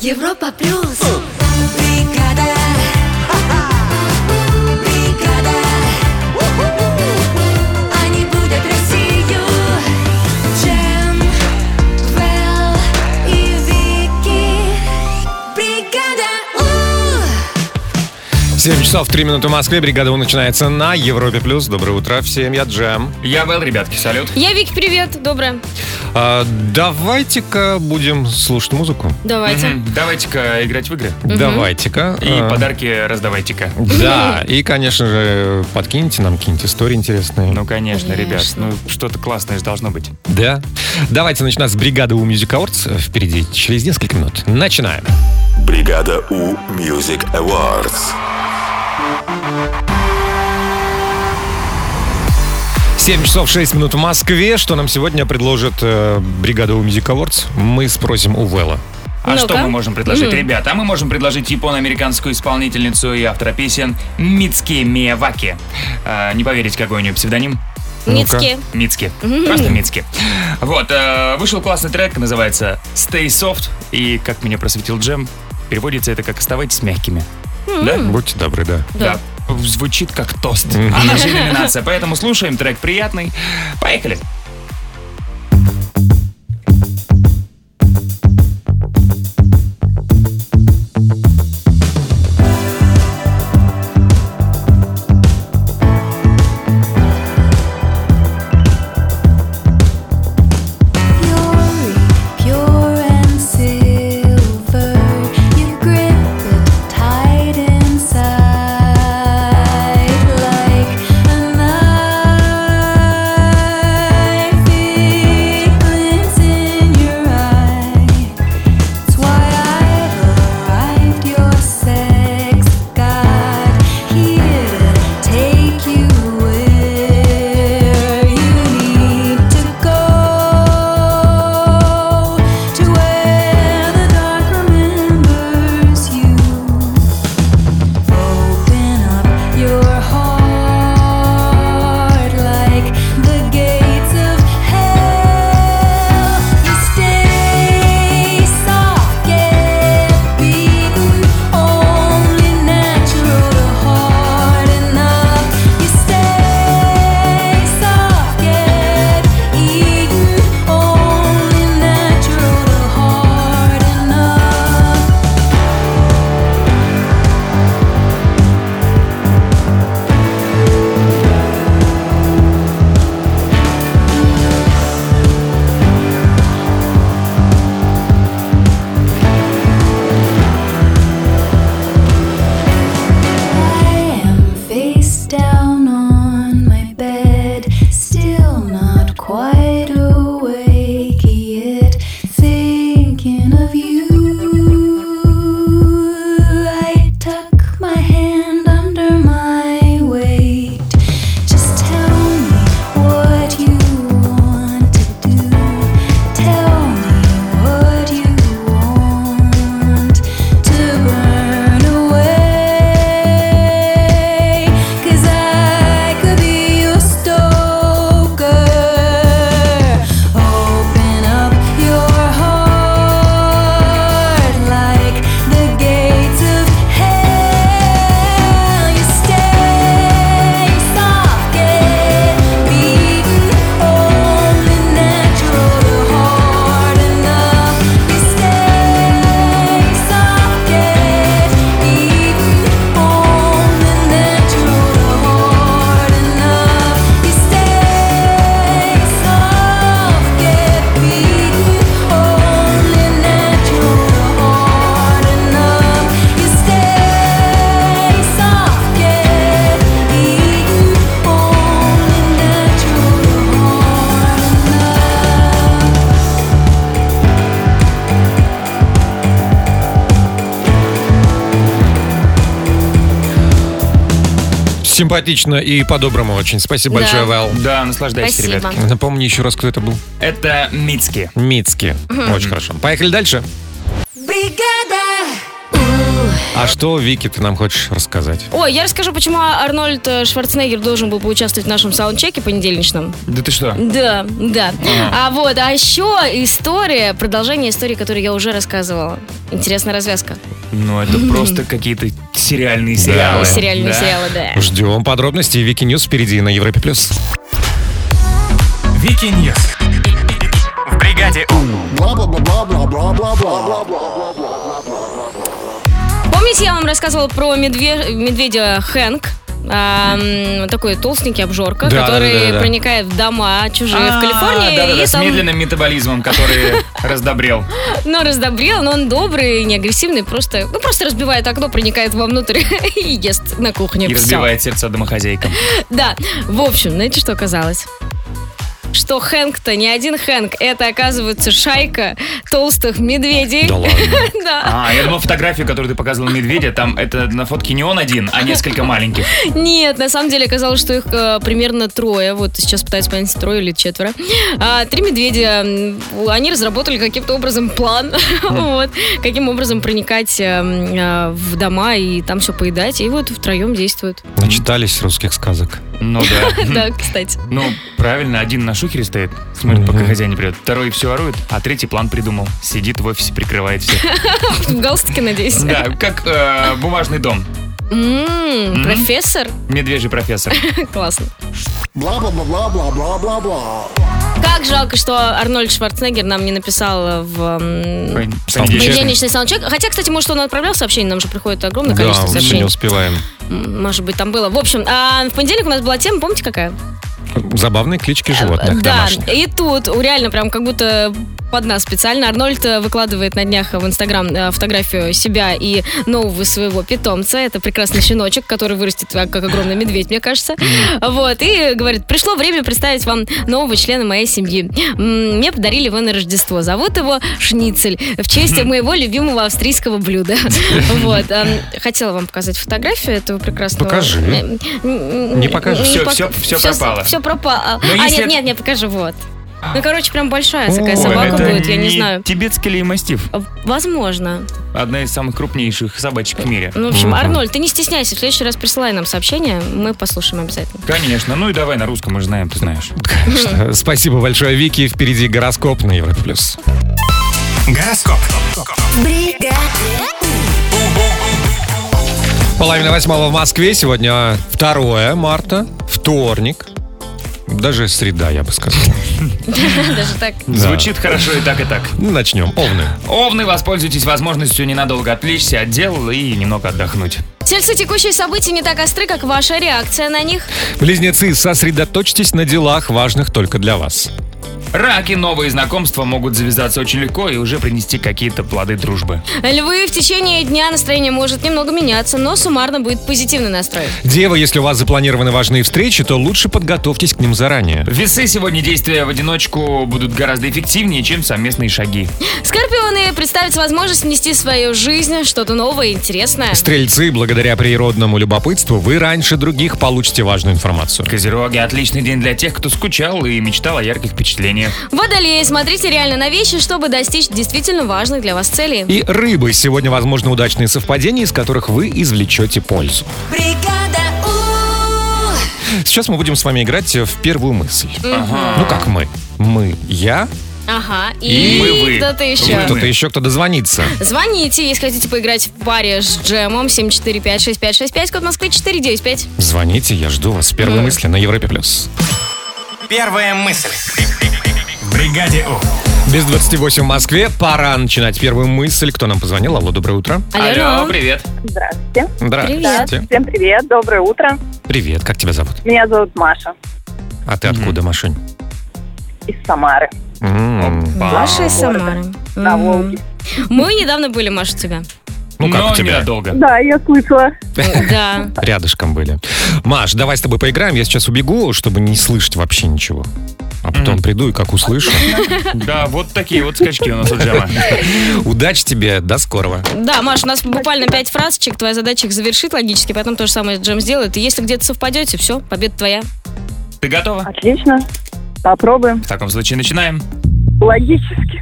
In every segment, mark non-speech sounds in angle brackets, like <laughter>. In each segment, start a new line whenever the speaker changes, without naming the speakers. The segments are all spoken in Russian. Европа плюс. Бригада. Бригада. Они будят Россию. Джем, Вэл и Вики. Бригада. У.
7 часов 3 минуты в Москве. Бригада У начинается на Европе плюс. Доброе утро всем. Я Джем.
Я Вэл, ребятки, салют.
Я Вики, привет, доброе.
А, давайте-ка будем слушать музыку.
Давайте.
Мгм. Давайте-ка играть в игры.
Давайте-ка.
И
А,
подарки раздавайте-ка.
Да, и, конечно же, подкиньте нам какие-нибудь истории интересные.
Ну, конечно, ребят.
Конечно.
Ну, что-то классное же должно быть.
Да. Давайте начинать с бригады у Music Awards. Впереди через несколько минут. Начинаем.
Бригада У Music Awards.
7 часов 6 минут в Москве. Что нам сегодня предложит э, бригада у Music Awards? Мы спросим у Вэлла.
А
Ну-ка.
что мы можем предложить,
Мгм.
ребят? А мы можем предложить японо-американскую исполнительницу и автора песен Мицки Мияваки. А, не поверить, какой у нее псевдоним?
Ницки.
Мицки. Просто Мицки. Вот, э, вышел классный трек, называется Stay Soft. И, как меня просветил Джем, переводится это как «Оставайтесь мягкими». Да?
Будьте добры, да.
Да. Звучит как тост. А наша номинация. Поэтому слушаем трек приятный. Поехали.
Glory, pure and silver, you grip it tight inside like a knife. It glints in your eye. It's why I've arrived, your sex god, here to take you where you need to go, to where the dark remembers you. Open up your heart like the gates of hell. You stay soft, get beaten, only natural to hard enough. You stay soft, get eaten, only natural to hard enough. I am face down on my bed, still not quite awake yet, thinking of you. I tuck my hand under my weight. Just tell me what you want to do. Tell me what you want to burn away. 'Cause I could be your stoker. Open up your heart like the gates of hell. You stay soft, get beaten, only natural to hard enough. You stay soft, get beaten, only natural to hard enough. You stay soft, get beaten, only natural to hard enough. You stay soft, get beaten, only natural to hard enough.
Симпатично и по-доброму очень. Спасибо
Да.
большое, Вэл.
Да, наслаждайтесь,
Спасибо.
ребятки.
Напомни еще раз, кто это был.
Это Мицки.
Мицки. Очень хорошо. Поехали дальше.
Бригада У
А что, Вики, ты нам хочешь рассказать?
Ой, я расскажу, почему Арнольд э, Шварценеггер должен был поучаствовать в нашем саундчеке понедельничном.
Да ты что?
Да, да. А вот, а еще история, продолжение истории, которую я уже рассказывала. Интересная развязка.
Ну, это просто какие-то сериальные сериалы.
Сериальные
Да.
сериалы, да.
Ждем подробностей. Вики Ньюс впереди на Европе+. плюс.
Вики Ньюс. В бригаде У.
Помните, я вам рассказывала про медве- медведя Хэнк? А, м, такой толстенький обжорка,
Да, да,
который
да, А, да, да.
проникает в дома чужие в Калифорнии
А, Да-да-да,
и
с
там,
медленным метаболизмом,
<laughs>
который раздобрел.
ну, раздобрел, но он добрый, не агрессивный, просто, ну, просто разбивает окно, проникает вовнутрь <laughs> и ест на кухне.
И
Всё.
разбивает сердца домохозяйкам.
Да, в общем, знаете, что оказалось? Что Хэнк-то не один Хэнк, это, оказывается, шайка толстых медведей.
Да ладно.
<laughs> Да.
А, я думал, фотографию, которую ты показывал медведя, там это на фотке не он один, а несколько маленьких.
Нет, на самом деле оказалось, что их э, примерно трое. Вот сейчас пытаюсь понять, трое или четверо. А, три медведя. м, Они разработали каким-то образом план, <laughs> вот, каким образом проникать э, м, э, в дома и там все поедать. И вот втроем действуют.
Начитались русских сказок.
Ну
<laughs>
да.
Да, кстати.
Ну, правильно, один на шухере стоит, смотрит, пока хозяин не придет. Второй все орует, а третий план придумал. Сидит в офисе, прикрывает всех.
<laughs> В галстуке, надеюсь.
Да, как э, бумажный дом.
М, Профессор? <laughs>
Медвежий профессор.
Классно. Как жалко, что Арнольд Шварценеггер нам не написал в м, понедельничный саундчек. Хотя, кстати, может, он отправлял сообщение, нам же приходит огромное количество
да, все не
сообщений.
успеваем.
М, Может быть, там было. В общем, а, в понедельник у нас была тема, помните, какая?
Забавные клички животных
да,
домашних. <laughs>
и тут у, реально прям как будто под нас специально. Арнольд э, выкладывает на днях в Инстаграм э, фотографию себя и нового своего питомца. Это прекрасный щеночек, который вырастет как, как огромный медведь, мне кажется. Вот, и говорит, пришло время представить вам нового члена моей семьи. М, Мне подарили его на Рождество. Зовут его Шницель в
<laughs>
честь моего любимого австрийского блюда. Вот. эм, Хотела вам показать фотографию этого прекрасного.
Покажи.
М, м,
Не покажешь.
Всё, всё, всё пропало.
Все пропало.
Но
А,
если
нет,
это-
нет, нет, покажи, вот. Ну, короче, прям большая
Ой,
такая собака
это
будет, я не знаю.
Тибетский ли мастиф?
Возможно.
Одна из самых крупнейших собачек в мире.
Ну, в общем, Арнольд, ты не стесняйся, в следующий раз присылай нам сообщение, мы послушаем обязательно.
Конечно, ну и давай на русском, мы же знаем, ты знаешь.
Конечно. Спасибо большое, Вики. Впереди гороскоп на Европе+. плюс.
Гороскоп.
Половина восьмого в Москве. Сегодня 2 марта, вторник. Даже среда, я бы сказал.
Даже так.
Звучит хорошо и так, и так.
Ну, начнем. Овны.
Овны, воспользуйтесь возможностью ненадолго отвлечься от дел и немного отдохнуть.
Тельцы текущие события не так остры, как ваша реакция на них.
Близнецы, сосредоточьтесь на делах, важных только для вас.
Раки, новые знакомства могут завязаться очень легко и уже принести какие-то плоды дружбы.
Львы, в течение дня настроение может немного меняться, но суммарно будет позитивный настрой.
Девы, если у вас запланированы важные встречи, то лучше подготовьтесь к ним заранее.
Весы сегодня действия в одиночку будут гораздо эффективнее, чем совместные шаги.
Скорпионы, представится возможность внести в свою жизнь что-то новое и интересное.
Стрельцы, благодаря природному любопытству, вы раньше других получите важную информацию.
Козероги – отличный день для тех, кто скучал и мечтал о ярких впечатлениях.
Водолеи, смотрите реально на вещи, чтобы достичь действительно важных для вас целей.
И рыбы, сегодня возможны удачные совпадения, из которых вы извлечете пользу.
Бригада У.
Сейчас мы будем с вами играть в первую мысль. Ну как мы? Мы, я,
Ага,
И
и,
мы вы.
кто-то еще.
Вы.
кто-то еще, кто дозвонится.
Звоните, если хотите поиграть в паре с Джемом 745-6565, код Москвы 495.
Звоните, я жду вас. Первые мысли на Европе+. плюс.
Первая мысль. В бригаде У.
Без 28 в Москве. Пора начинать первую мысль. Кто нам позвонил? Алло, доброе утро.
Алло, привет.
Здравствуйте.
Здравствуйте.
Всем привет, доброе утро.
Привет, как тебя зовут?
Меня зовут Маша
А ты откуда, Машунь? М-м-м.
из Самары.
М,
Опа.
Маша из Самары.
На
Мгм.
Волге.
Мы недавно были, Маша,
<laughs>
у тебя.
Ну как
Но
у тебя?
ненадолго.
Да, я слышала.
Да.
Рядышком были. Маш, давай с тобой поиграем. Я сейчас убегу, чтобы не слышать вообще ничего. А потом
Мгм.
приду и как услышу.
Да, вот такие вот скачки у нас у <laughs> Джема.
Удачи тебе, до скорого.
Да, Маш, у нас буквально пять фразочек, твоя задача их завершит логически, потом то же самое Джем сделает. И если где-то совпадете, все, победа твоя.
Ты готова?
Отлично. Попробуем.
В таком случае начинаем.
Логически.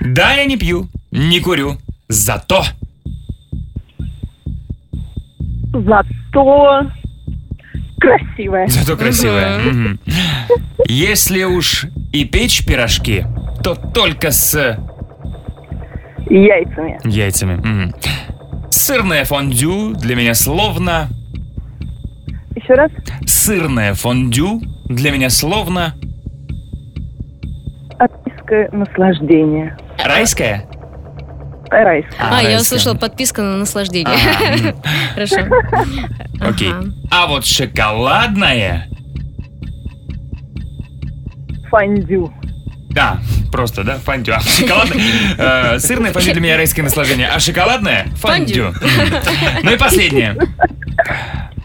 Да, я не пью, не курю, зато
зато красивая.
<laughs> Зато красивая. Мгм. Если уж и печь пирожки, то только с
Яйцами.
яйцами. Мгм. Сырное фондю для меня словно...
Еще раз.
Сырное фондю для меня словно...
Отписка наслаждения.
Райское?
Райская.
А, я
райское.
услышала, подписка на
Ага,
<laughs> наслаждение.
мгм.
Хорошо.
Окей.
Ага.
А вот шоколадное...
Фондю.
Да, просто, да, фондю. А шоколадное... э, сырное фондю для меня райское наслаждение, а шоколадное фондю.
Фондю.
Мгм. Ну и последнее.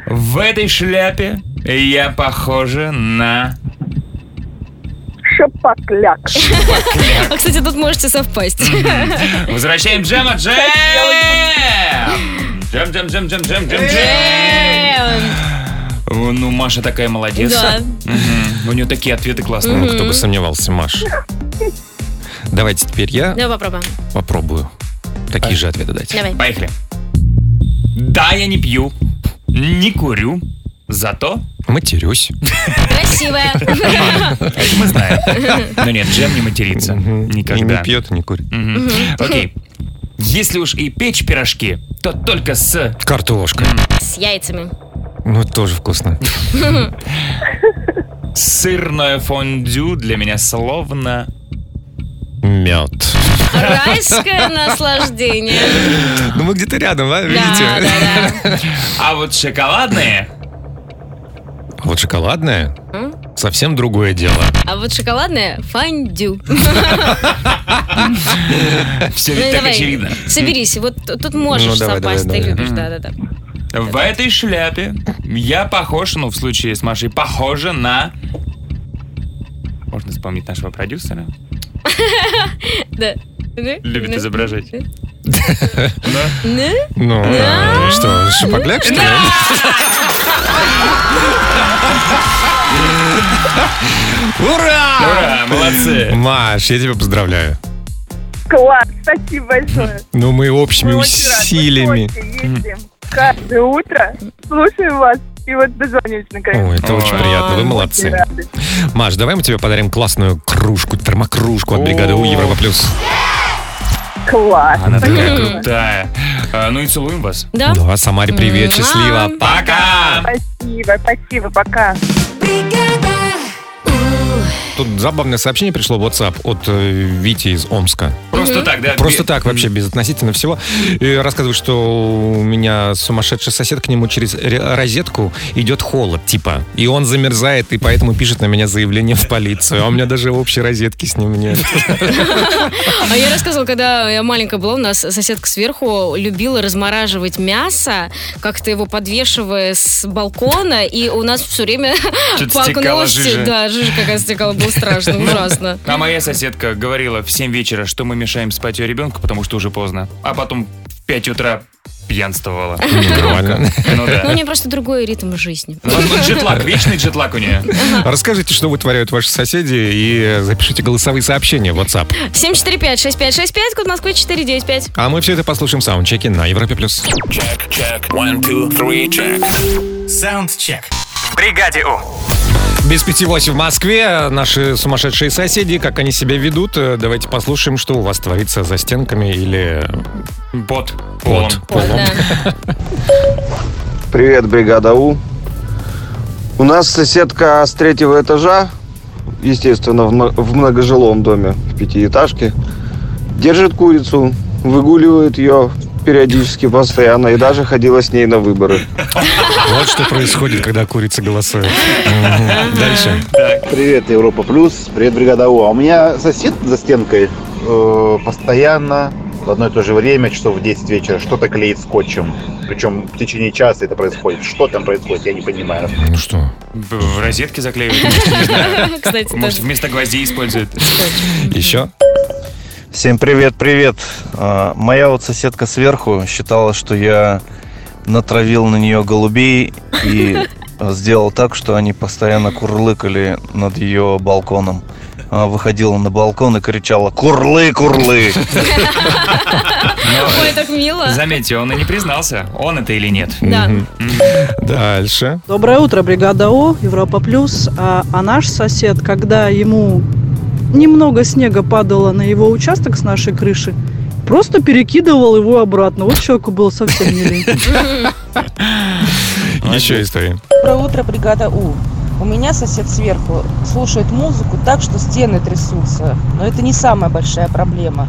В этой шляпе я похожа на...
Шапокляк.
А, кстати, тут можете совпасть.
Возвращаем Джема Джем! Джем, джем, джем, джем, джем, джем, джем.
Эм,
О, Ну, Маша такая молодец.
Да.
Мгм. У нее такие ответы
Ну,
классные.
кто бы сомневался, Маш. Давайте теперь я
Давай попробуем.
попробую такие же ответы дать.
Давай.
Поехали. Да, я не пью, не курю, зато
Матерюсь.
Красивая.
это мы знаем. <laughs> Но нет, Джем не матерится.
И
Никогда.
не пьет, и не курит.
Мгм. Окей. Если уж и печь пирожки, то только с...
Картошка.
С яйцами.
Ну, это тоже вкусно.
Сырное фондю для меня словно...
Мед.
Райское наслаждение.
Ну, мы где-то рядом, а?
Да,
Видите?
да, да.
А вот <laughs> шоколадные...
А вот шоколадное совсем другое дело.
А вот шоколадное фондю.
Все
Ну,
ведь так
давай,
очевидно.
Соберись, вот т- тут
Ну,
можешь
давай,
совпасть, ты
давай, давай.
любишь, да-да-да.
В этой шляпе я похож, ну, в случае с Машей, похожа на... Можно вспомнить нашего продюсера.
Да.
Любит
Ну,
изображать.
ну.
Да?
ну.
Ну, а, что, шапокляк, что ли? Ура!
Ура, молодцы.
Маш, я тебя поздравляю.
Класс. Спасибо большое.
Ну, мы общими
Мы очень рады, мы
усилиями.
очень ездим. Каждое утро слушаем вас. И вот дозвонились наконец.
Ой, это
Ой.
очень приятно, вы
Очень
молодцы.
рады.
Маш, давай мы тебе подарим классную кружку, термокружку от бригады У
О.
Европа Плюс.
Класс.
А,
Она такая
Мгм.
крутая. А, Ну и целуем вас.
Да?
Да, Самаре, привет,
Муа.
счастливо.
Пока!
Спасибо, спасибо, пока.
бригада,
Тут забавное сообщение пришло в WhatsApp от э, Вити из Омска.
Просто так, да?
Просто так, вообще, безотносительно всего. И рассказывает, что у меня сумасшедший сосед к нему через ре- розетку идет холод, типа. И он замерзает, и поэтому пишет на меня заявление в полицию. А у меня даже общей розетки с ним нет.
А я рассказывала, когда я маленькая была, у нас соседка сверху любила размораживать мясо, как-то его подвешивая с балкона, и у нас все время
Что-то стекала
пакнуло...
жижа.
Да, жижа какая стекала, было страшно, ужасно.
А моя соседка говорила в 7 вечера, что мы мешаем спать ее ребенку, потому что уже поздно. А потом в 5 утра пьянствовала.
Нормально.
Ну
Ну, у
да.
нее просто другой ритм жизни.
Ну, ну, джетлаг, вечный джетлаг у нее.
Расскажите, что вытворяют ваши соседи, и запишите голосовые сообщения в WhatsApp.
745-6565, код Москвы 495.
А мы все это послушаем в саундчеке на Европе+. плюс.
Саундчек. В бригаде У.
Без пяти восемь в Москве. Наши сумасшедшие соседи, как они себя ведут. Э, Давайте послушаем, что у вас творится за стенками или
Под полом.
под
Вот,
полом.
да.
Привет, бригада У. У нас соседка с третьего этажа, естественно, в мно- в многожилом доме, в пятиэтажке, держит курицу, выгуливает ее периодически, постоянно, и даже ходила с ней на выборы.
Вот что происходит, когда курица голосует. Мгм. Дальше.
Привет, Европа Плюс, привет, Бригада У. А у меня сосед за стенкой э, постоянно в одно и то же время, часов в 10 вечера, что-то клеит скотчем. Причем в течение часа это происходит. Что там происходит, я не понимаю.
Ну что?
В в розетке заклеивают.
<laughs> Кстати,
Может,
тоже.
вместо гвоздей используют.
Еще?
Всем привет, привет. А, Моя вот соседка сверху считала, что я натравил на нее голубей <laughs> и сделал так, что они постоянно курлыкали над ее балконом.
а, выходила на балкон и кричала «Курлы, курлы!»
Ой, так мило.
Заметьте, он и не признался, он это или нет.
Да.
Дальше.
Доброе утро, бригада О, Европа Плюс. А, а наш сосед, когда ему немного снега падало на его участок с нашей крыши, просто перекидывал его обратно. Вот человеку было совсем не лень.
Еще история.
Доброе утро, бригада У. У меня сосед сверху слушает музыку так, что стены трясутся. Но это не самая большая проблема.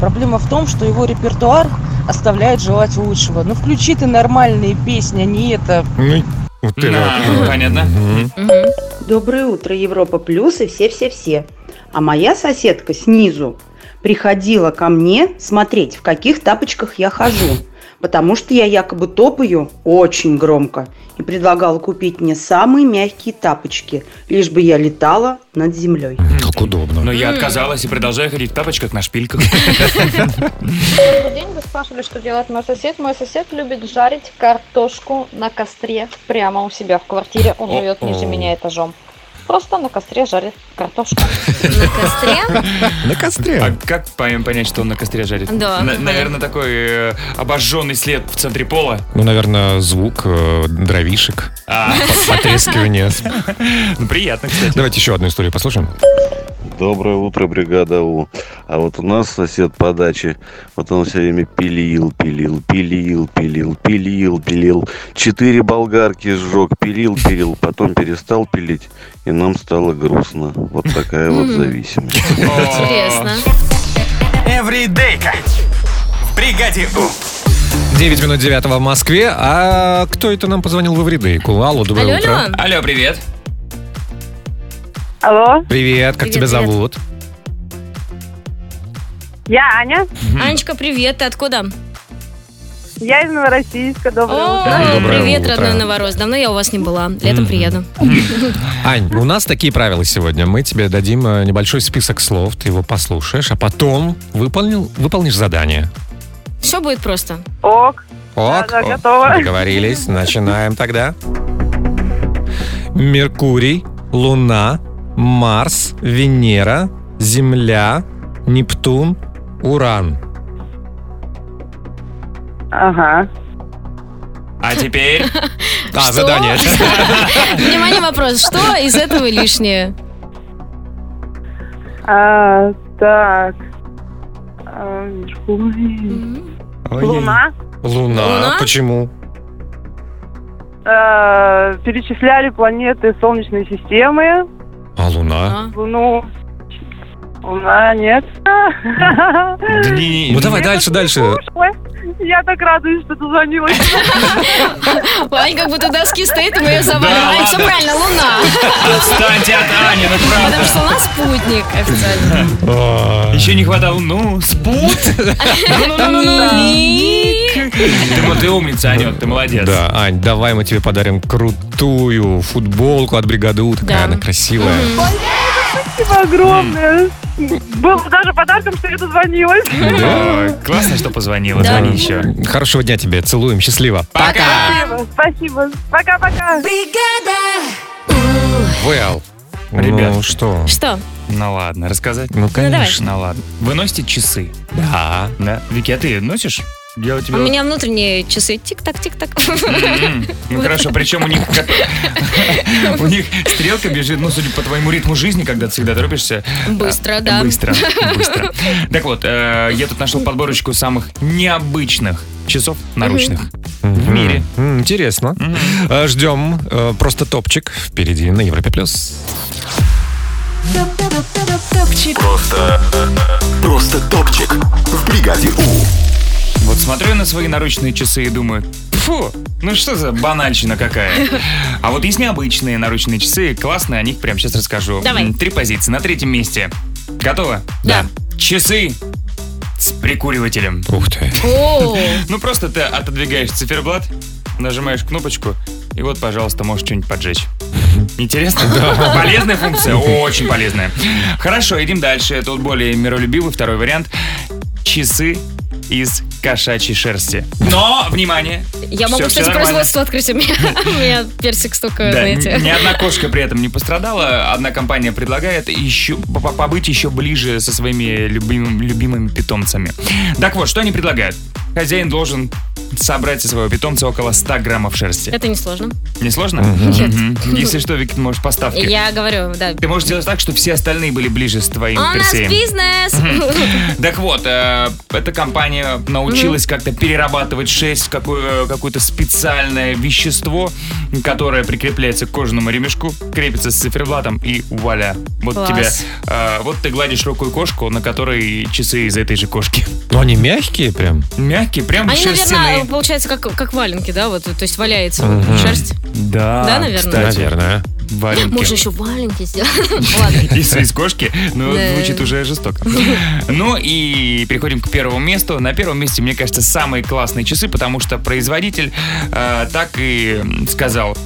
Проблема в том, что его репертуар оставляет желать лучшего. Ну включи ты нормальные песни, а не это.
Ну, вот ты
Да,
вот.
понятно.
Мгм.
Доброе утро, Европа Плюс и все-все-все. А моя соседка снизу приходила ко мне смотреть, в каких тапочках я хожу, потому что я якобы топаю очень громко и предлагала купить мне самые мягкие тапочки, лишь бы я летала над землей.
Как удобно.
Но я отказалась и продолжаю ходить в тапочках на шпильках.
Добрый день, вы спрашивали, что делает мой сосед. Мой сосед любит жарить картошку на костре прямо у себя в квартире. Он живет ниже меня этажом. Просто на костре жарит картошку.
<laughs> На костре.
А как поймем понять, что он на костре жарит?
Да,
На-
понятно.
наверное, такой э, обожженный след в центре пола. А,
Ну, наверное, звук э, дровишек.
<laughs>
Потрескивание.
Ну, приятно, кстати.
Давайте еще одну историю послушаем.
Доброе утро, бригада У. А вот у нас сосед по даче, вот он все время пилил, пилил, пилил, пилил, пилил, пилил. Четыре болгарки сжег, пилил, пилил, потом перестал пилить, и нам стало грустно. Вот такая вот
М.
зависимость.
Интересно. Эвридейка. В бригаде У.
9 минут 9 в Москве. А кто это нам позвонил в Эвридейку? Алло, доброе
Алло,
утро.
алло. Алло, привет.
Алло,
Привет, как
Привет,
тебя
привет.
зовут?
я Аня.
Анечка, привет, ты откуда?
Я из Новороссийска. Доброе
О,
утро.
Доброе
привет,
утро.
родной Новорос. Давно я у вас не была. Летом
Мгм.
приеду.
Ань, у нас такие правила сегодня. Мы тебе дадим э, небольшой список слов, ты его послушаешь, а потом выполнил, выполнишь задание.
Все будет просто.
Ок.
Ок,
да,
ок,
готова.
договорились, начинаем тогда. Меркурий, Луна, Марс, Венера, Земля, Нептун, Уран.
Ага.
А
<laughs>
теперь...
А,
Что?
задание.
<laughs> Внимание, вопрос. Что из этого лишнее?
А, так. А, Меркурий. Луна.
Луна.
Луна?
Почему?
А, перечисляли планеты Солнечной системы.
А Луна?
Луну. Луна Ну, нет.
Да
<laughs>
не- ну давай дальше, дальше.
Ой, Я так радуюсь, что дозвонилась.
Ань как будто доски стоит, и мы ее завалим.
Да
Ань, все
ладно.
правильно, Луна.
Отстаньте от Ани, ну
Потому что
правда.
она спутник официально.
Еще не хватало, ну, спут. Ты, мо- ты умница, Анет, ты молодец.
Да, Ань, давай мы тебе подарим крутую футболку от бригады У. Такая она красивая.
Спасибо огромное. Было даже подарком, что я
<laughs>
дозвонилась.
Да, Классно, что позвонила.
Да.
Звони еще.
Хорошего дня тебе, целуем, счастливо.
Спасибо, спасибо. Пока-пока.
Вэл.
Ребят.
Ну что?
Что?
Ну ладно, рассказать?
Ну, конечно.
Ну ладно. Вы носите часы?
Да.
Да. Вики, а ты носишь? Я у
У
тебя...
меня внутренние часы
<laughs>
тик-так-тик-так.
М, Ну хорошо, причем у них как- у них стрелка бежит, ну, судя по твоему ритму жизни, когда ты всегда торопишься.
<laughs> Быстро,
а,
да. <laughs>
Быстро, быстро. Так вот, э, я тут нашел подборочку самых необычных часов наручных.
В
мире.
Интересно. Э, Ждем э, просто топчик впереди на Европе плюс.
Просто... Просто топчик в бригаде У.
Вот смотрю я на свои наручные часы и думаю, фу, ну что за банальщина
<laughs>
какая. А вот есть необычные наручные часы, классные, о них прямо сейчас расскажу.
Давай.
М, Три позиции, на третьем месте. Готово?
Да.
Часы с прикуривателем.
Ух ты.
О,
Ну просто ты отодвигаешь циферблат, нажимаешь кнопочку, и вот, пожалуйста, можешь что-нибудь поджечь. Интересно? Полезная функция? Очень полезная. Хорошо, идем дальше. Тут более миролюбивый второй вариант. Часы из кошачьей шерсти. Но, внимание,
Я могу,
всё- всё
кстати,
нормально.
производство открыть.
<laughs>
У меня, у меня персик столько,
Да,
знаете.
н- ни одна кошка при этом не пострадала. Одна компания предлагает еще по- по- побыть еще ближе со своими любимым- любимыми питомцами. Так вот, что они предлагают? Хозяин должен собрать со своего питомца около 100 граммов шерсти.
Это несложно.
Не сложно?
Нет.
Мгм. Если что, Вики, ты можешь поставки.
Я говорю, да.
Ты можешь сделать так, чтобы все остальные были ближе с твоим
А у нас
персеем.
бизнес!
Мгм. Так вот, э, эта компания научилась как-то перерабатывать шерсть в какое- какое-то специальное вещество, которое прикрепляется к кожаному ремешку, крепится с циферблатом и вуаля. Вот
Класс.
тебе, э, вот ты гладишь рукой кошку, на которой часы из этой же кошки.
Ну, они мягкие прям.
Мягкие, прям
<laughs> Они,
шерстяные.
наверное, получается, как, как валенки, да, вот, то есть валяется вот
Мгм.
шерсть.
Да,
Да, наверное?
кстати.
Наверное.
Валенки.
Можно еще валенки сделать. <laughs> Ладно.
<laughs> Из, из кошки, но
Да.
звучит уже жестоко. Ну и переходим к первому месту. На первом месте, мне кажется, самые классные часы, потому что производитель э, так и сказал,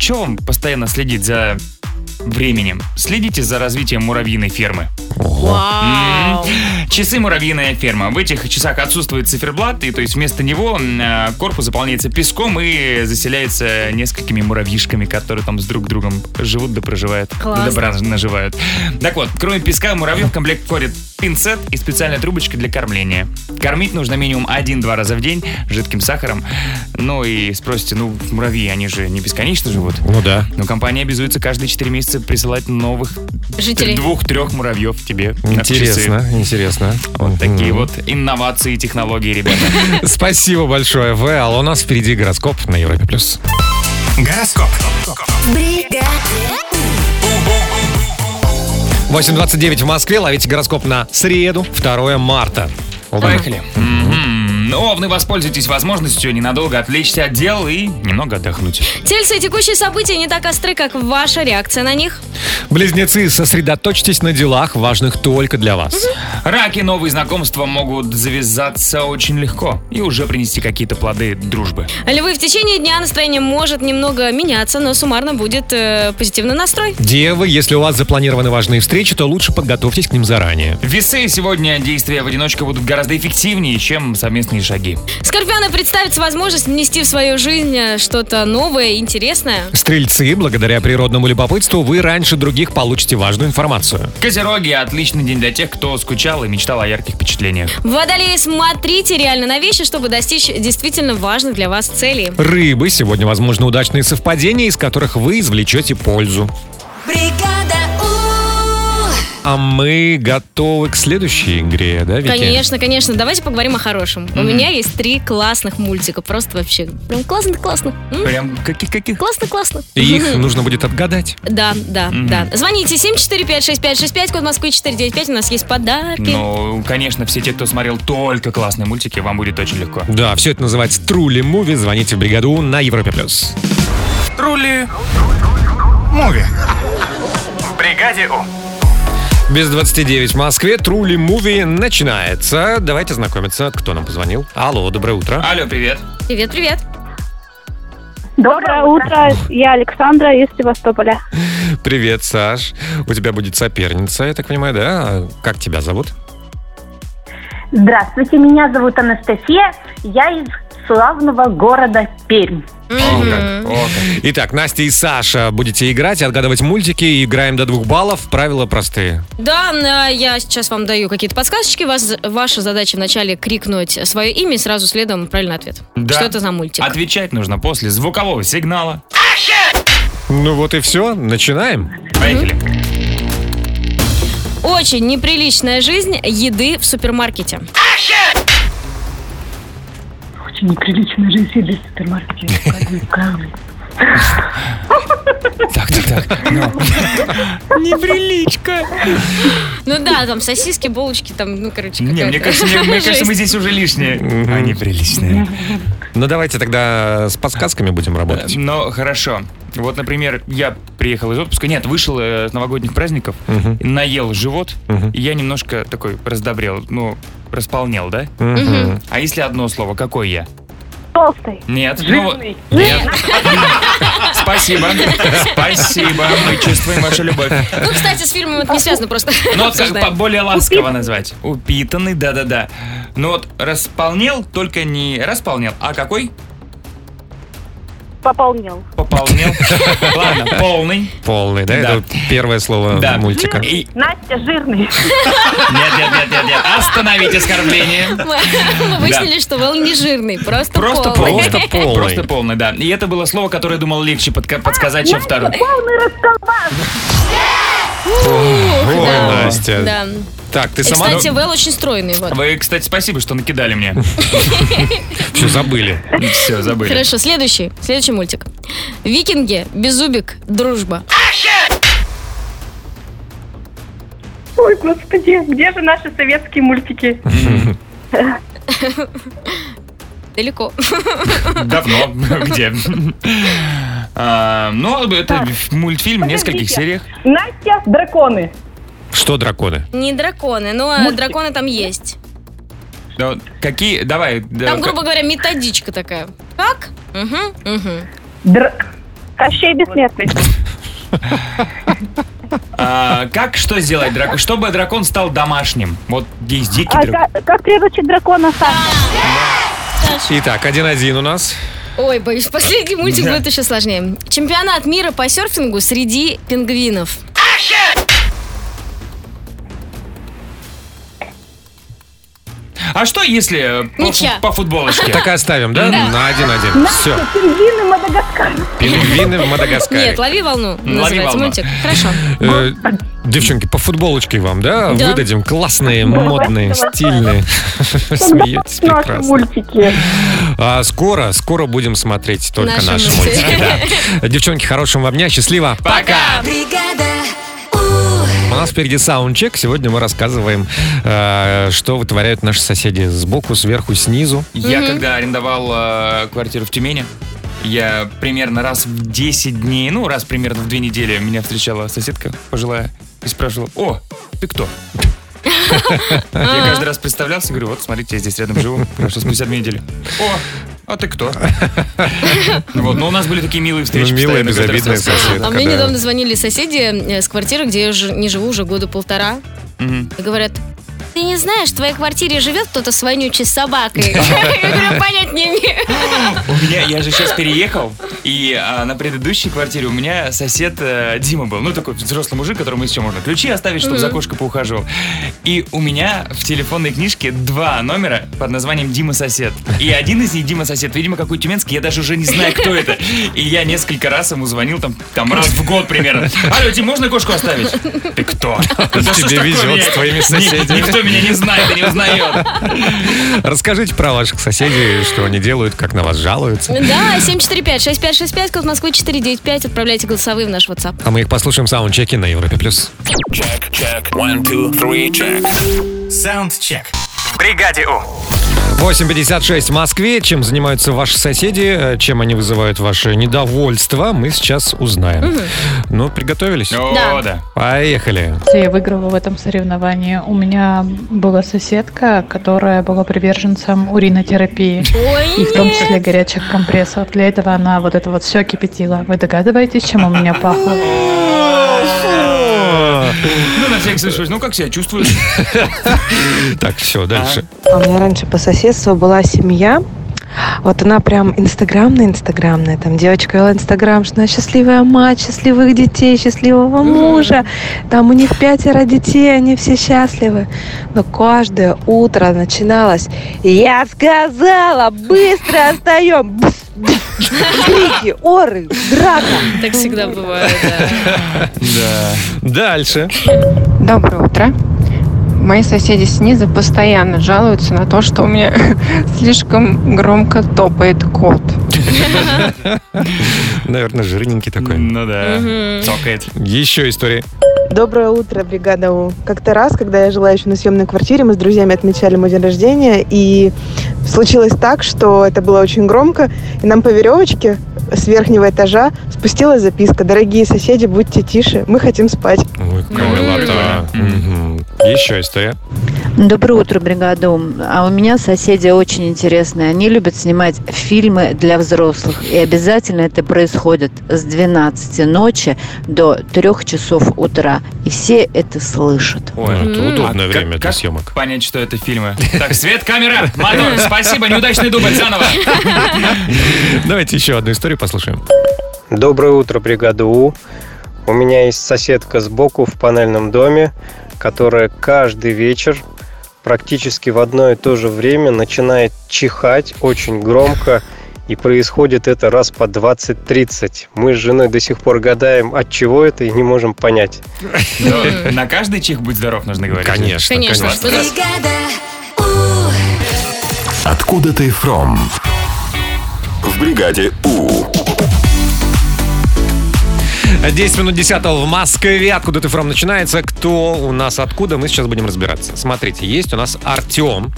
че вам постоянно следить за временем? Следите за развитием муравьиной фермы.
Вау.
М. Часы муравьиная ферма. В этих часах отсутствует циферблат, и то есть вместо него м, э, корпус заполняется песком и заселяется несколькими муравьишками, которые там с друг другом живут да проживают. да
Классно.
добра наживают. Так вот, кроме песка, муравьев в комплект входит пинцет и специальная трубочка для кормления. Кормить нужно минимум один-два раза в день жидким сахаром. Ну и спросите, ну, муравьи, они же не бесконечно живут.
Ну да.
Но компания обязуется каждые 4 месяца присылать новых
Жителей.
двух-трех муравьев тебе. на
Интересно,
часы.
интересно.
Вот такие вот инновации и технологии, ребята. <laughs>
Спасибо большое, Вэл. А У нас впереди гороскоп на Европе+. плюс.
Гороскоп.
8.29 в Москве. Ловите гороскоп на среду, 2 марта. Оба.
Поехали. Мгм. Овны, Ну, а воспользуйтесь возможностью ненадолго отвлечься от дел и немного отдохнуть.
Тельцы, текущие события не так остры, как ваша реакция на них.
Близнецы, сосредоточьтесь на делах, важных только для вас.
Раки новые знакомства могут завязаться очень легко и уже принести какие-то плоды дружбы.
Львы, в течение дня настроение может немного меняться, но суммарно будет э, позитивный настрой.
Девы, если у вас запланированы важные встречи, то лучше подготовьтесь к ним заранее.
Весы сегодня действия в одиночку будут гораздо эффективнее, чем совместные шаги.
Скорпионы, представится возможность внести в свою жизнь э, что-то новое, интересное.
Стрельцы, благодаря природному любопытству, вы раньше других получите важную информацию.
Козероги – отличный день для тех, кто скучал и мечтал о ярких впечатлениях.
Водолеи, смотрите реально на вещи, чтобы достичь действительно важных для вас целей.
Рыбы, сегодня возможны удачные совпадения, из которых вы извлечете пользу. А мы готовы к следующей игре, да, Вики?
Конечно, конечно. Давайте поговорим о хорошем. У
Мгм.
меня есть три классных мультика. Просто вообще прям классно-классно.
Прям каких-каких?
Классно-классно.
И их нужно будет отгадать.
Да, да, да. Звоните 745-6565, код Москвы 495. У нас есть подарки.
Ну, конечно, все те, кто смотрел только классные мультики, вам будет очень легко.
Да, все это называется Трули Муви. Звоните в бригаду У на Европе плюс.
Трули. Муви. В бригаде У.
Без 29 в Москве Трули Муви начинается. Давайте знакомиться. Кто нам позвонил? Алло, доброе утро.
Алло, привет.
Привет, привет.
Доброе утро, я Александра из Севастополя.
Привет, Саш. У тебя будет соперница, я так понимаю, да? А Как тебя зовут?
Здравствуйте, меня зовут Анастасия, я из славного города Пермь.
Итак, Настя и Саша будете играть, отгадывать мультики. Играем до двух баллов. Правила простые.
Да, э, я сейчас вам даю какие-то подсказочки. Вас- ваша задача вначале крикнуть свое имя и сразу следом правильный ответ.
Да.
Что это за мультик?
Отвечать нужно после звукового сигнала.
Ну вот и все. Начинаем.
Поехали.
Очень неприличная жизнь еды в супермаркете.
Очень неприличная жизнь сидит в супермаркете. Указывает камни.
Так, так, так. Неприличка.
Ну да, там сосиски, булочки, там, ну, короче,
Не, мне
какая-то
кажется, мне,
<laughs>
мне кажется, мы
жесть.
здесь уже лишние. Они приличные.
Ну давайте тогда с подсказками будем работать.
Но хорошо. Вот, например, я приехал из отпуска. Нет, вышел э, с новогодних праздников,
Мгм.
наел живот,
Мгм.
и я немножко такой раздобрел, ну, располнел, да?
Мгм.
А если одно слово, какой я?
Толстый.
Нет.
Жирный.
Ну, вот- нет. Спасибо. Спасибо. Мы чувствуем вашу любовь.
Ну, кстати, с фильмом это не связано просто.
<laughs> Ну, вот как
Обсуждаем.
по- более ласково назвать. Упитанный, да-да-да. Ну вот располнел, только не располнел, а какой?
Пополнил.
Пополнел. <laughs> Ладно, полный.
Полный, да?
Да.
Это первое слово
Да.
мультика.
И-
Настя жирный.
Нет, нет, нет, нет, нет. Остановить оскорбление.
Мы мы выяснили, что Вэл не жирный, просто
Просто
полный.
полный.
Просто полный.
Просто полный, да. И это было слово, которое думал легче подка- подсказать, чем второе.
Полный расколбас.
Ух,
Ой,
да.
Настя.
Да.
Так,
И, кстати, Вэл очень стройный. Вот.
Вы, кстати, спасибо, что накидали мне.
Все, забыли.
Все, забыли.
Хорошо, следующий. Следующий мультик. Викинги, Беззубик, Дружба.
Ой, господи, где же наши советские мультики?
Далеко.
Давно. <laughs> Где? А, Ну, это мультфильм в нескольких сериях.
Настя, драконы.
Что драконы?
Не драконы, но а, драконы там есть.
Да, Какие? Давай. да,
Там,
к-
грубо говоря, методичка такая. Как? Угу, угу.
Кощей бессмертный.
а, Как что сделать дракон? Чтобы дракон стал домашним. Вот здесь дикий
А
дракон.
как, как приручить дракона Саша?
Итак, один-один у нас.
Ой, боюсь, <laughs> последний мультик
Да.
будет еще сложнее. Чемпионат мира по серфингу среди пингвинов.
А что если по,
Ничья.
фу-
<laughs>
по футболочке?
Так и оставим, да?
Да.
На один-один. Все.
Пингвины Мадагаскар.
Пингвины в Мадагаскаре.
Нет, лови волну.
Лови
Называется
волну.
мультик.
<laughs>
Хорошо.
Э, Девчонки, по футболочке вам, да?
Да.
Выдадим классные, модные, стильные. <laughs> Смеетесь прекрасно.
мультики.
А скоро, скоро будем смотреть только
Наши
наши,
мультики.
мультики. да. Девчонки, хорошего вам дня, счастливо.
Пока!
Бригада
У нас впереди саундчек. Сегодня мы рассказываем, э, что вытворяют наши соседи сбоку, сверху, снизу.
Я когда арендовал э, квартиру в Тюмени, я примерно раз в 10 дней, ну, раз примерно в 2 недели меня встречала соседка пожилая и спрашивала, о, ты кто? Я каждый раз представлялся, говорю, вот, смотрите, я здесь рядом живу, прошло спустя две недели. О, а ты кто? Ну Вот, но у нас были такие милые встречи.
Ну, милая,
постоянно, каждый раз
безобидная
рассказывала.
соседка.
А мне недавно звонили соседи э, с квартиры, где я ж- не живу уже года полтора.
Мгм.
И говорят, ты не знаешь, в твоей квартире живет кто-то с
<laughs>
вонючей собакой. <laughs> Я говорю, понять не имею.
У меня, я же сейчас переехал, и а, на предыдущей квартире у меня сосед э, Дима был. Ну, такой взрослый мужик, которому еще можно ключи оставить, чтобы
Мгм.
за кошкой поухаживал. И у меня в телефонной книжке два номера под названием Дима сосед. И один из них Дима сосед, видимо, какой тюменский, я даже уже не знаю, кто это. И я несколько раз ему звонил, там, там раз в год примерно. Алло, Дим, можно кошку оставить?
<laughs>
Ты кто? Да что ж
Тебе
такое
везет
меня-
с твоими
Ни-
соседями.
Никто меня не знает и не узнает.
Расскажите про ваших соседей, что они делают, как на вас жалуются.
Да, 745-6565, код Москвы 495. Отправляйте голосовые в наш WhatsApp.
А мы их послушаем в саундчеке на Европе+. плюс.
Чек, чек, one, two, three, check. Саундчек. В бригаде У.
8.56 в Москве. Чем занимаются ваши соседи, э, чем они вызывают ваше недовольство, мы сейчас узнаем. Ну, приготовились?
О, да.
Поехали.
Я выиграла в этом соревновании. У меня была соседка, которая была приверженцем уринотерапии. и в том числе горячих компрессов. Для этого она вот это вот все кипятила. Вы догадываетесь, чем у меня пахло?
Ну, на всякий случай, ну как себя чувствуешь?
Так, все, дальше.
А У меня раньше по соседству была семья. Вот она прям инстаграмная, инстаграмная. Там девочка вела инстаграм, что она счастливая мать, счастливых детей, счастливого мужа. Там у них пятеро детей, они все счастливы. Но каждое утро начиналось «Я сказала, быстро отстаем!» Бс, бс, Крики, оры, драка.
Так всегда бывает,
<laughs> Да. Дальше.
Доброе утро. Мои соседи снизу постоянно жалуются на то, что у меня <laughs> слишком громко топает кот.
<laughs> Наверное, жирненький такой.
Ну
Мгм.
Цокает.
Еще история.
Доброе утро, бригада У. Как-то раз, когда я жила еще на съемной квартире, мы с друзьями отмечали мой день рождения, и случилось так, что это было очень громко, и нам по веревочке с верхнего этажа спустилась записка «Дорогие соседи, будьте тише, мы хотим спать».
Ой, какая милота. Мгм. Еще история.
Доброе утро, бригада Ум. А у меня соседи очень интересные. Они любят снимать фильмы для взрослых. И обязательно это происходит с 12 ночи до 3 часов утра. И все это слышат.
Ой, это
А,
удобное время для съемок.
Понять, что это фильмы. Так, свет, камера, мотор, спасибо, неудачный дубль, заново.
Давайте еще одну историю послушаем.
Доброе утро, бригада У. У меня есть соседка сбоку в панельном доме, которая каждый вечер практически в одно и то же время начинает чихать очень громко, и происходит это раз по 20-30. Мы с женой до сих пор гадаем, от чего это, и не можем понять.
Ну, На каждый чих будь здоров, нужно говорить.
Конечно,
Конечно.
Откуда ты from? В бригаде У.
10 минут 10 в Москве. Откуда ты фром начинается? Кто у нас откуда? Мы сейчас будем разбираться. Смотрите, есть у нас Артем.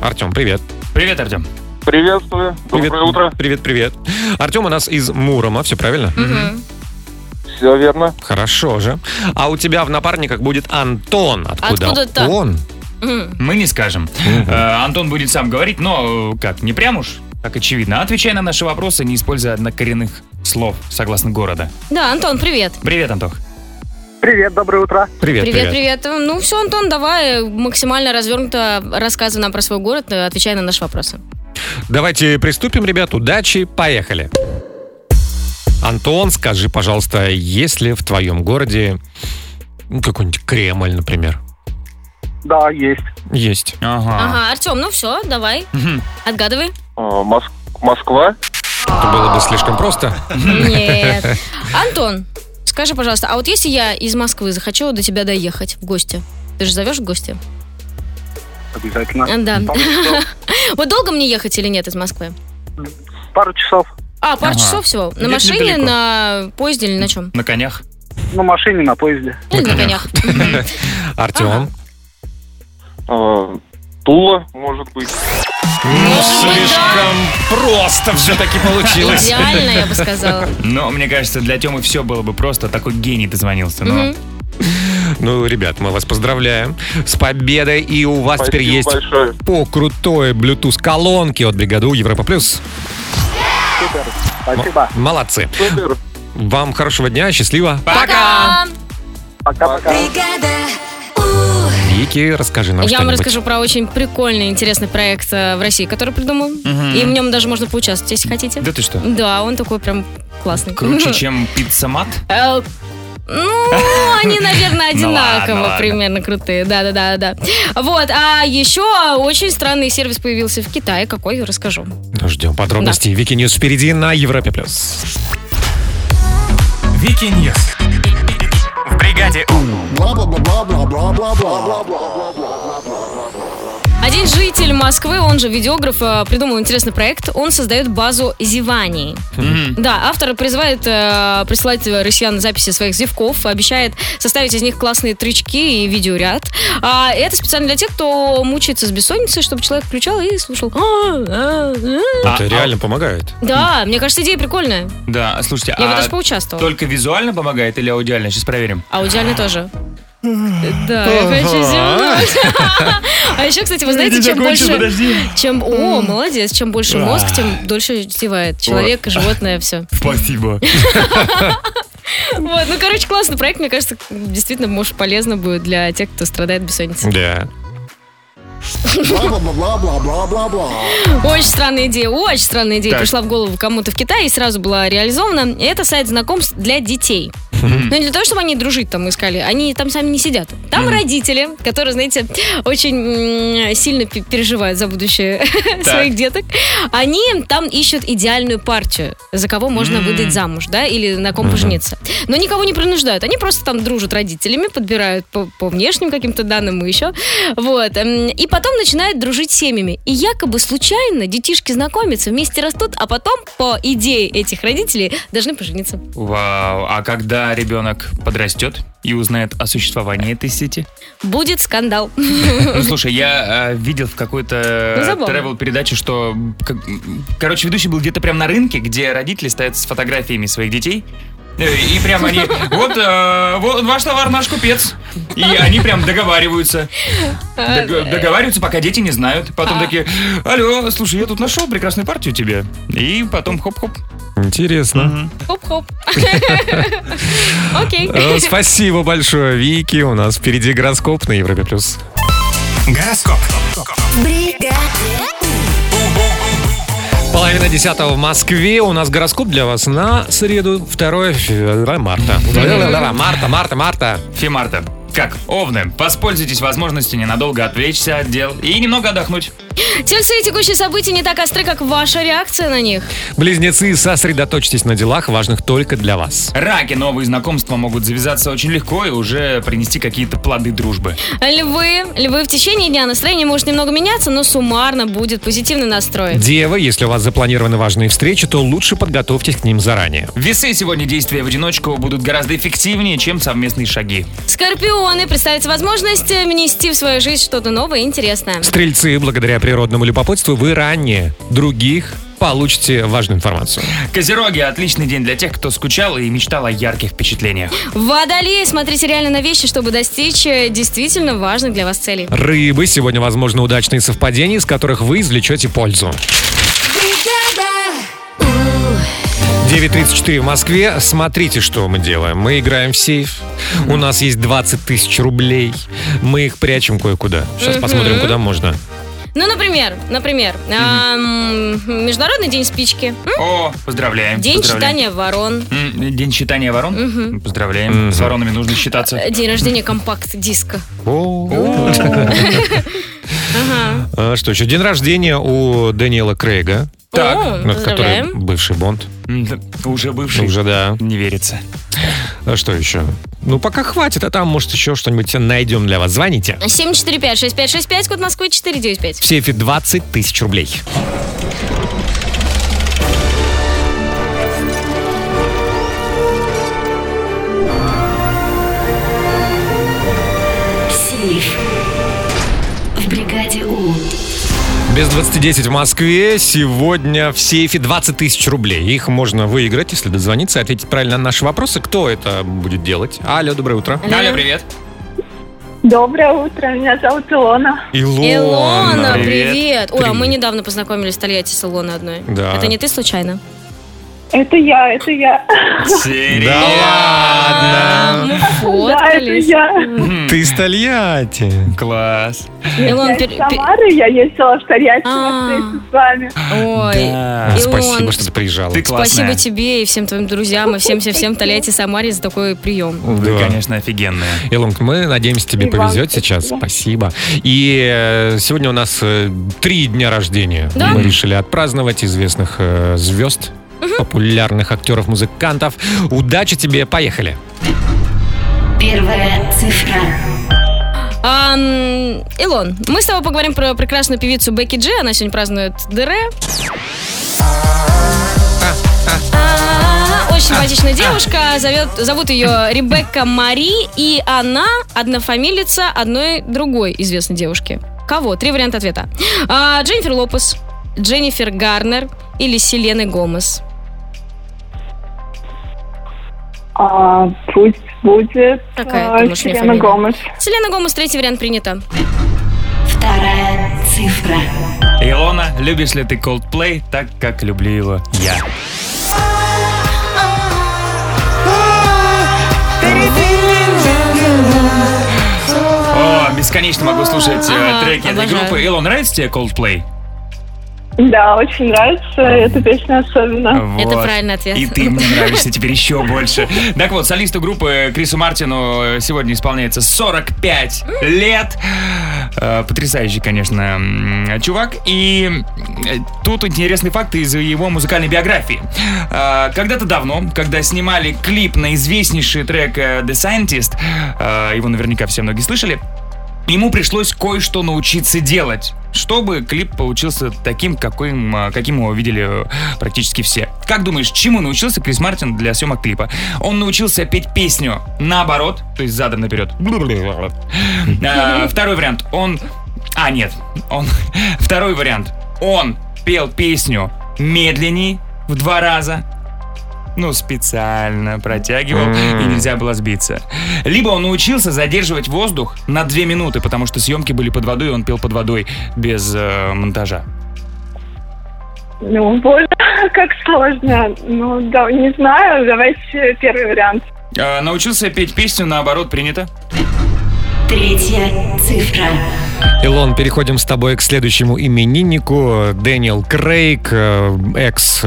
Артем, привет.
Привет, Артем.
Приветствую.
Привет, утро. Привет, привет. Артем у нас из Мурома, все правильно?
Все верно.
Хорошо же. А у тебя в напарниках будет Антон. Откуда,
Откуда-то.
он?
Мы не скажем. Э, Антон будет сам говорить, но э, как, не прям уж, как очевидно. Отвечай на наши вопросы, не используя однокоренных слов, согласно города.
Да, Антон, привет.
Привет, Антох.
Привет, доброе утро.
привет, привет. Ну все, Антон, давай максимально развернуто рассказывай нам про свой город, э, отвечай на наши вопросы.
Давайте приступим, ребят. Удачи, поехали. Антон, скажи, пожалуйста, есть ли в твоем городе ну, какой-нибудь Кремль, например?
Да, есть.
Есть.
А.
Ага, Артем, ну все, давай, отгадывай.
Москва.
Это было бы слишком просто.
Нет. Антон, скажи, пожалуйста, а вот если я из Москвы захочу до тебя доехать в гости, ты же зовешь в гости?
Обязательно.
А, Да. <laughs> Вот долго мне ехать или нет из Москвы?
Пару часов.
А, пару
Ага.
часов всего. На
Где-то
машине,
недалеко.
на поезде или на чем?
На конях.
На машине, на поезде.
Или на конях.
Артем.
А, Тула, может быть.
Ну, слишком просто
Ну,
все-таки получилось.
Идеально, я бы сказала.
Но, мне кажется, для Темы все было бы просто. Такой гений дозвонился. Ну, Но...
Мгм.
<laughs> Ну, ребят, мы вас поздравляем с победой. И у вас
Спасибо
теперь есть
большое.
по крутой Bluetooth колонки от бригады У Европа Плюс.
Супер. Спасибо.
М- Молодцы.
Супер.
Вам хорошего дня, счастливо.
Пока!
Пока-пока.
Вики, расскажи нам
Я вам
что-нибудь.
расскажу про очень прикольный, интересный проект э, в России, который придумал.
Мгм.
И в нем даже можно поучаствовать, если хотите.
Да ты что?
Да, он такой прям классный.
Круче, чем пиццамат?
Э,
<laughs>
Ну, они, наверное,
Ну ладно,
одинаково
ладно.
примерно крутые. Да-да-да-да. Вот, а еще очень странный сервис появился в Китае. Какой, расскажу.
Ну, Ждем подробностей. Вики Ньюс впереди на Европе Плюс.
Вики Ньюс. В бригаде У.
Один житель Москвы, он же видеограф, э, придумал интересный проект. Он создает базу зеваний. Да, автор призывает э, присылать россиян записи своих зевков, обещает составить из них классные трючки и видеоряд. А, это специально для тех, кто мучается с бессонницей, чтобы человек включал
<laughs>
и слушал. А, а, а.
Это реально помогает.
Да, мне кажется, идея прикольная.
Да, слушайте,
Я бы
а
даже поучаствовала.
только визуально помогает или аудиально? Сейчас проверим.
Аудиально тоже. Да, я хочу
Ага.
зевнуть. <laughs> А еще, кстати, вы знаете,
Не
чем
закончил,
больше...
подожди.
Чем, о, молодец, чем больше
Да.
мозг, тем дольше зевает. Человек,
Вот. <laughs>
животное, все.
Спасибо.
Вот, ну, короче, классный проект, мне кажется, действительно, может, полезно будет для тех, кто страдает бессонницей.
Да.
Очень странная идея, очень странная идея
Так.
пришла в голову кому-то в Китае и сразу была реализована. Это сайт знакомств для детей.
Мгм.
Но не для того, чтобы они дружить там искали, они там сами не сидят. Там родители, которые, знаете, очень м, сильно пе- переживают за будущее <laughs>
Так.
своих деток, они там ищут идеальную партию, за кого можно выдать замуж, да, или на ком
Мгм.
пожениться. Но никого не принуждают, они просто там дружат родителями, подбирают по, по внешним каким-то данным и еще, вот. Эм, И потом начинают дружить семьями. И якобы случайно детишки знакомятся, вместе растут, а потом, по идее этих родителей, должны пожениться.
Вау, а когда ребенок подрастет и узнает о существовании этой сети?
Будет скандал.
Ну, слушай, я э, видел в
Ну,
какой-то
забавно.
тревел передаче, что, как- короче, ведущий был где-то прям на рынке, где родители стоят с фотографиями своих детей, Э, И прям они, вот, э, вот ваш товар, наш купец. И они прям договариваются.
А,
Дог- договариваются, пока дети не знают. Потом такие, алло, слушай, я тут нашел прекрасную партию тебе. И потом хоп-хоп.
Интересно.
<laughs> Хоп-хоп. Окей.
Э, Спасибо большое, Вики. У нас впереди гороскоп на Европе+. плюс.
Гороскоп.
Половина десятого в Москве. У нас гороскоп для вас на среду, 2 февраля, марта. Да-да-да, Марта, марта, марта.
Фи марта. Как? Овны, воспользуйтесь возможностью ненадолго отвлечься от дел и немного отдохнуть.
Тельцы и текущие события не так остры, как ваша реакция на них.
Близнецы, сосредоточьтесь на делах, важных только для вас.
Раки новые знакомства могут завязаться очень легко и уже принести какие-то плоды дружбы.
Львы. Львы в течение дня настроение может немного меняться, но суммарно будет позитивный настрой.
Девы, если у вас запланированы важные встречи, то лучше подготовьтесь к ним заранее.
Весы сегодня действия в одиночку будут гораздо эффективнее, чем совместные шаги.
Скорпионы. Представится возможность э, внести в свою жизнь что-то новое и интересное.
Стрельцы, благодаря природному любопытству, вы ранее других получите важную информацию.
Козероги – отличный день для тех, кто скучал и мечтал о ярких впечатлениях.
Водолеи. Смотрите реально на вещи, чтобы достичь э, действительно важных для вас целей.
Рыбы, сегодня возможно удачные совпадения, из которых вы извлечете пользу. 9.34 в Москве. Смотрите, что мы делаем. Мы играем в сейф. У нас есть 20 тысяч рублей. Мы их прячем кое-куда. Сейчас
Мгм.
посмотрим, куда можно.
Ну, например, например, ам, Международный день спички. М?
О, поздравляем.
День
поздравляем.
читания ворон.
М, День считания ворон?
Мгм.
Поздравляем. С воронами нужно считаться.
Э, День рождения компакт-диска.
<laughs>
Ага.
А, Что еще? День рождения у Дэниела Крейга.
Так.
Ну, это Который
Поздравляем.
бывший Бонд.
М, да, Уже бывший.
Уже, да.
Не верится.
А что еще? Ну, пока хватит, а там, может, еще что-нибудь найдем для вас. Звоните.
745-6565, код Москвы
В
495.
сейфе 20 тысяч рублей.
Сейф. В бригаде У.
Без 20.10 в Москве. Сегодня в сейфе 20 тысяч рублей. Их можно выиграть, если дозвониться и ответить правильно на наши вопросы. Кто это будет делать? Алло, доброе утро.
Алло, привет.
Доброе утро, меня зовут Илона.
Илона.
Илона, привет. Ой, а мы недавно познакомились в Тольятти с Илоной одной.
Да.
Это не ты случайно?
Это я, это я.
Да ладно.
А, Мы
Да, это
фоткались.
я.
Ты из Тольятти.
Класс.
Илон,
я
пер-
из
пер-
Самары, я ездила в Тольятти
А.
на встречу с вами.
Ой,
Да.
Илон,
Спасибо, что ты приезжала.
Ты классная.
спасибо тебе и всем твоим друзьям, и всем-всем-всем Тольятти и Самаре за такой прием.
Ты,
Да.
конечно, офигенная.
Илонг, мы надеемся, тебе
И вам
повезет сейчас. Спасибо. И э, сегодня у нас э, три дня рождения.
Да?
Мы решили отпраздновать известных э, звезд, популярных актеров, музыкантов. Удачи тебе, поехали.
Первая цифра.
Ам, Илон, мы с тобой поговорим про прекрасную певицу Бекки Джи. Она сегодня празднует Дере. А, Очень симпатичная девушка. Зовет, зовут ее Ребекка Мари. И она однофамилица одной другой известной девушки. Кого? Три варианта ответа. А, Дженнифер Лопес, Дженнифер Гарнер или Селены Гомес.
А, пусть будет
Какая,
а,
думаешь, у неё
Селена
фамилия?
Гомес.
Селена Гомес, третий вариант принято.
Вторая цифра.
Илона, любишь ли ты Coldplay так, как люблю его я? О, бесконечно могу слушать э,
Ага,
треки этой
обожаю.
группы. Илон, нравится тебе Coldplay?
Да, очень нравится
А.
эта песня
А.
особенно.
Вот.
правильный ответ.
И ты мне нравишься теперь еще больше. Так вот, солисту группы Крису Мартину э, сегодня исполняется 45 лет. Э, Потрясающий, конечно, м, чувак. И э, тут интересный факт из его музыкальной биографии. Э, Когда-то давно, когда снимали клип на известнейший трек э, The Scientist, э, его наверняка все многие слышали, Ему пришлось кое-что научиться делать, чтобы клип получился таким, каким, а, каким его видели э, практически все. Как думаешь, чему научился Крис Мартин для съемок клипа? Он научился петь песню наоборот, то есть задом наперед. А, Второй вариант. Он... А, нет. Он... <laughs> Второй вариант. Он пел песню медленней в два раза. ну, специально протягивал, и нельзя было сбиться. Либо он научился задерживать воздух на две минуты, потому что съемки были под водой, и он пел под водой без э, монтажа.
Ну, боже, <laughs> как сложно. Ну, да, не знаю, давайте первый вариант.
Э, научился петь песню, наоборот, принято.
Третья цифра.
Илон, переходим с тобой к следующему имениннику. Дэниел Крейг, э, экс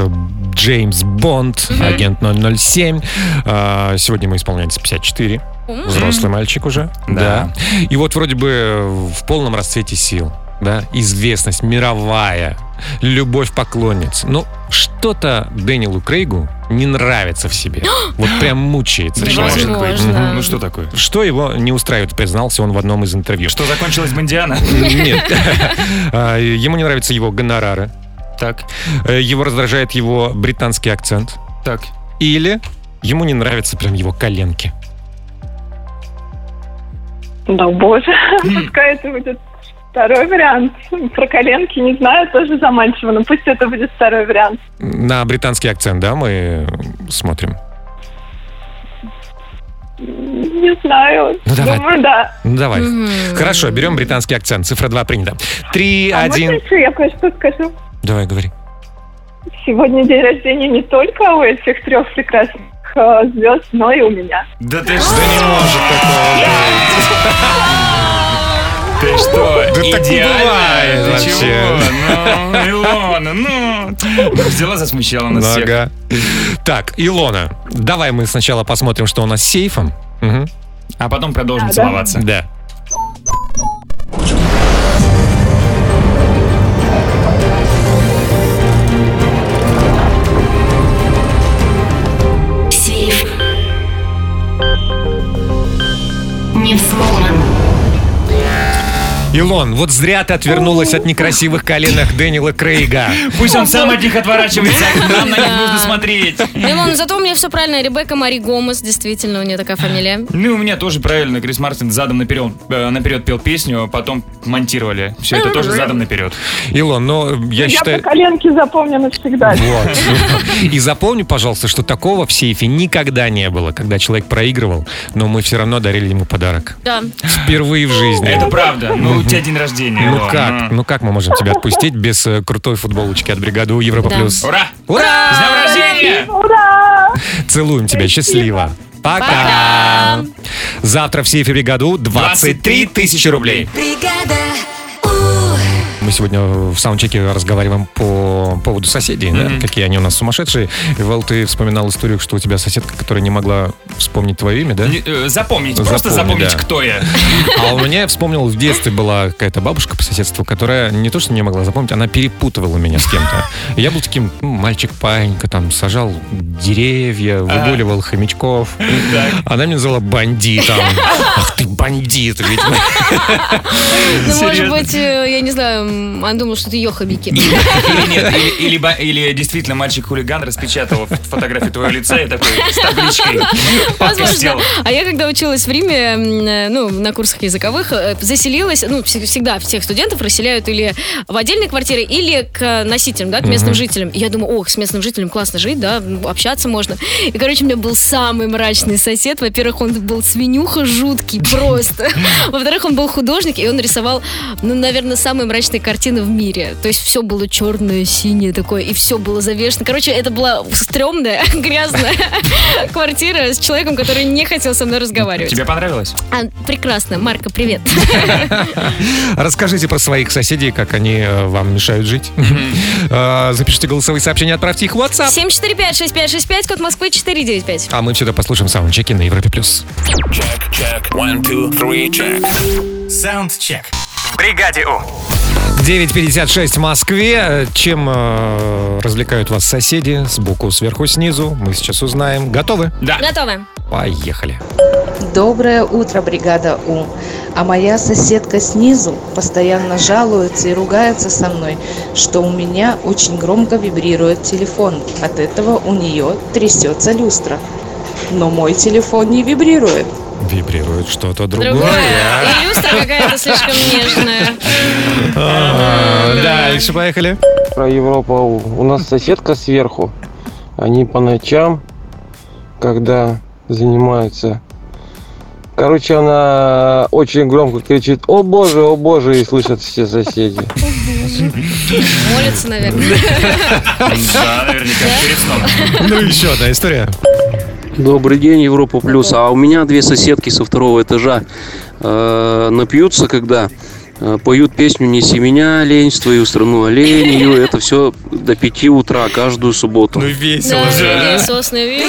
Джеймс Бонд, агент 007. А, Сегодня ему исполняется 54.
М.
Взрослый мальчик уже. Да. И вот вроде бы в полном расцвете сил. Да, известность мировая, любовь поклонниц. Но что-то Дэниелу Крейгу не нравится в себе. Вот прям мучается. человек.
Возможно.
Мгм.
Ну что такое?
Что его не устраивает, признался он в одном из интервью.
Что закончилась Бондиана?
Нет. <laughs> А, Ему не нравятся его гонорары. Э,
Так.
Его раздражает его британский акцент.
Так.
Или ему не нравятся прям его коленки.
Ну, Да, боже, <laughs> пускай это будет второй вариант. Про коленки не знаю, тоже заманчиво, но пусть это будет второй вариант.
На британский акцент, да, мы смотрим.
Не знаю.
Ну, давай.
Думаю, да.
Ну давай. Хорошо, берем британский акцент. Цифра 2 принята. Три,
А можно
один.
еще я кое-что скажу?
Давай, говори.
Сегодня день рождения не только у этих трех прекрасных э, звезд, но и у меня.
Да ты что не может такого <laughs> Ты что,
Да так не
идеально?
бывает
Ты
вообще.
чего? Ну, Илона, ну. Ну, Взяла, засмущала нас всех.
Ага. Так, Илона, давай мы сначала посмотрим, что у нас с сейфом. Мгм.
А потом продолжим
Да.
целоваться.
Да.
Сейф. Не взломан.
Илон, вот зря ты отвернулась от некрасивых коленок Дэниела
<laughs>
Крейга.
Пусть
Ну,
он сам от них отворачивается, а нам на них нужно смотреть.
Илон, зато у меня все правильно. Ребекка Мари Гомес, действительно, у нее такая фамилия.
Ну, у меня тоже правильно. Крис Мартин задом наперед, э, наперед пел песню, потом монтировали. Все это тоже задом наперед.
Илон, но я
Я
считаю...
про коленки запомню навсегда.
<laughs>
Вот. И запомни, пожалуйста, что такого в сейфе никогда не было, когда человек проигрывал, но мы все равно дарили ему подарок.
Да. Ну,
Впервые в жизни.
Это правда. Ну, у тебя день рождения.
Ну
Вова.
как? Ну как мы можем тебя отпустить без э, крутой футболочки от бригады у Европа
Да.
Плюс?
Ура!
Ура!
С днем рождения!
Ура!
Целуем тебя, счастливо. Пока! Завтра в сейфе бригаду 23 тысячи рублей.
Бригада.
Мы сегодня в саундчеке разговариваем по поводу соседей, да, какие они у нас сумасшедшие. И, Вэл, ты вспоминал историю, что у тебя соседка, которая не могла вспомнить твое имя, да?
Не, э, Запомнить, просто
Запомни,
запомнить,
да.
кто я.
А у меня, я вспомнил, в детстве была какая-то бабушка по соседству, которая не то, что не могла запомнить, она перепутывала меня с кем-то. Я был таким ну, мальчик-паинька, там, сажал деревья, выгуливал хомячков. Она меня называла
<laughs>
бандитом. Ах ты бандит, ведь
Ну, может
Серьезно?
быть, э, я не знаю, м, он думал, что ты йохабики.
Или нет, или, или ба- или действительно мальчик-хулиган распечатал ф- фотографию твоего лица и такой с табличкой.
<laughs> Возможно.
сделал.
А я когда училась в Риме, м, э, ну, на курсах языковых, э, заселилась, ну, вс- всегда всех студентов расселяют или в отдельной квартире, или к э, носителям, да, к местным
Мгм.
жителям. И я думаю, ох, с местным жителем классно жить, да, м, общаться можно. И, короче, у меня был самый мрачный сосед. Во-первых, он был свинюха жуткий просто. Во-вторых, он был художник, и он рисовал, ну, наверное, самые мрачные картины в мире. То есть все было черное, синее такое, и все было завешено. Короче, это была стрёмная, <laughs> грязная квартира с человеком, который не хотел со мной разговаривать.
Тебе понравилось?
А, прекрасно. Марка, привет.
Расскажите про своих соседей, как они э, вам мешают жить. Э, Запишите голосовые сообщения, отправьте их в WhatsApp.
745-6565, код Москвы 495.
А мы всегда послушаем саундчеки на Европе+. плюс.
Чек, чек, one, two, three, чек. Саундчек. В бригаде У.
9.56 в Москве. Э, Чем э, развлекают вас соседи? Сбоку, сверху, снизу. Мы сейчас узнаем. Готовы?
<laughs>
Да.
Готовы.
Поехали.
Доброе утро, бригада У. А моя соседка снизу постоянно жалуется и ругается со мной, что у меня очень громко вибрирует телефон. От этого у нее трясется люстра. Но мой телефон не вибрирует.
Вибрирует что-то другое.
Другое. И люстра какая-то слишком нежная.
А, Дальше поехали.
А
Про Европу. У нас соседка сверху. Они по ночам
когда занимаются. Короче, она очень громко кричит «О боже, о боже!» и слышат все соседи.
Молится, наверное.
Да, наверняка, перед сном.
Ну, еще одна история.
Добрый день, Европа Плюс. А у меня две соседки со второго этажа э, напьются, когда э, поют песню «Неси меня, лень, в твою страну оленью». Это все до пяти утра каждую субботу.
Ну, весело
Да, весосный вид.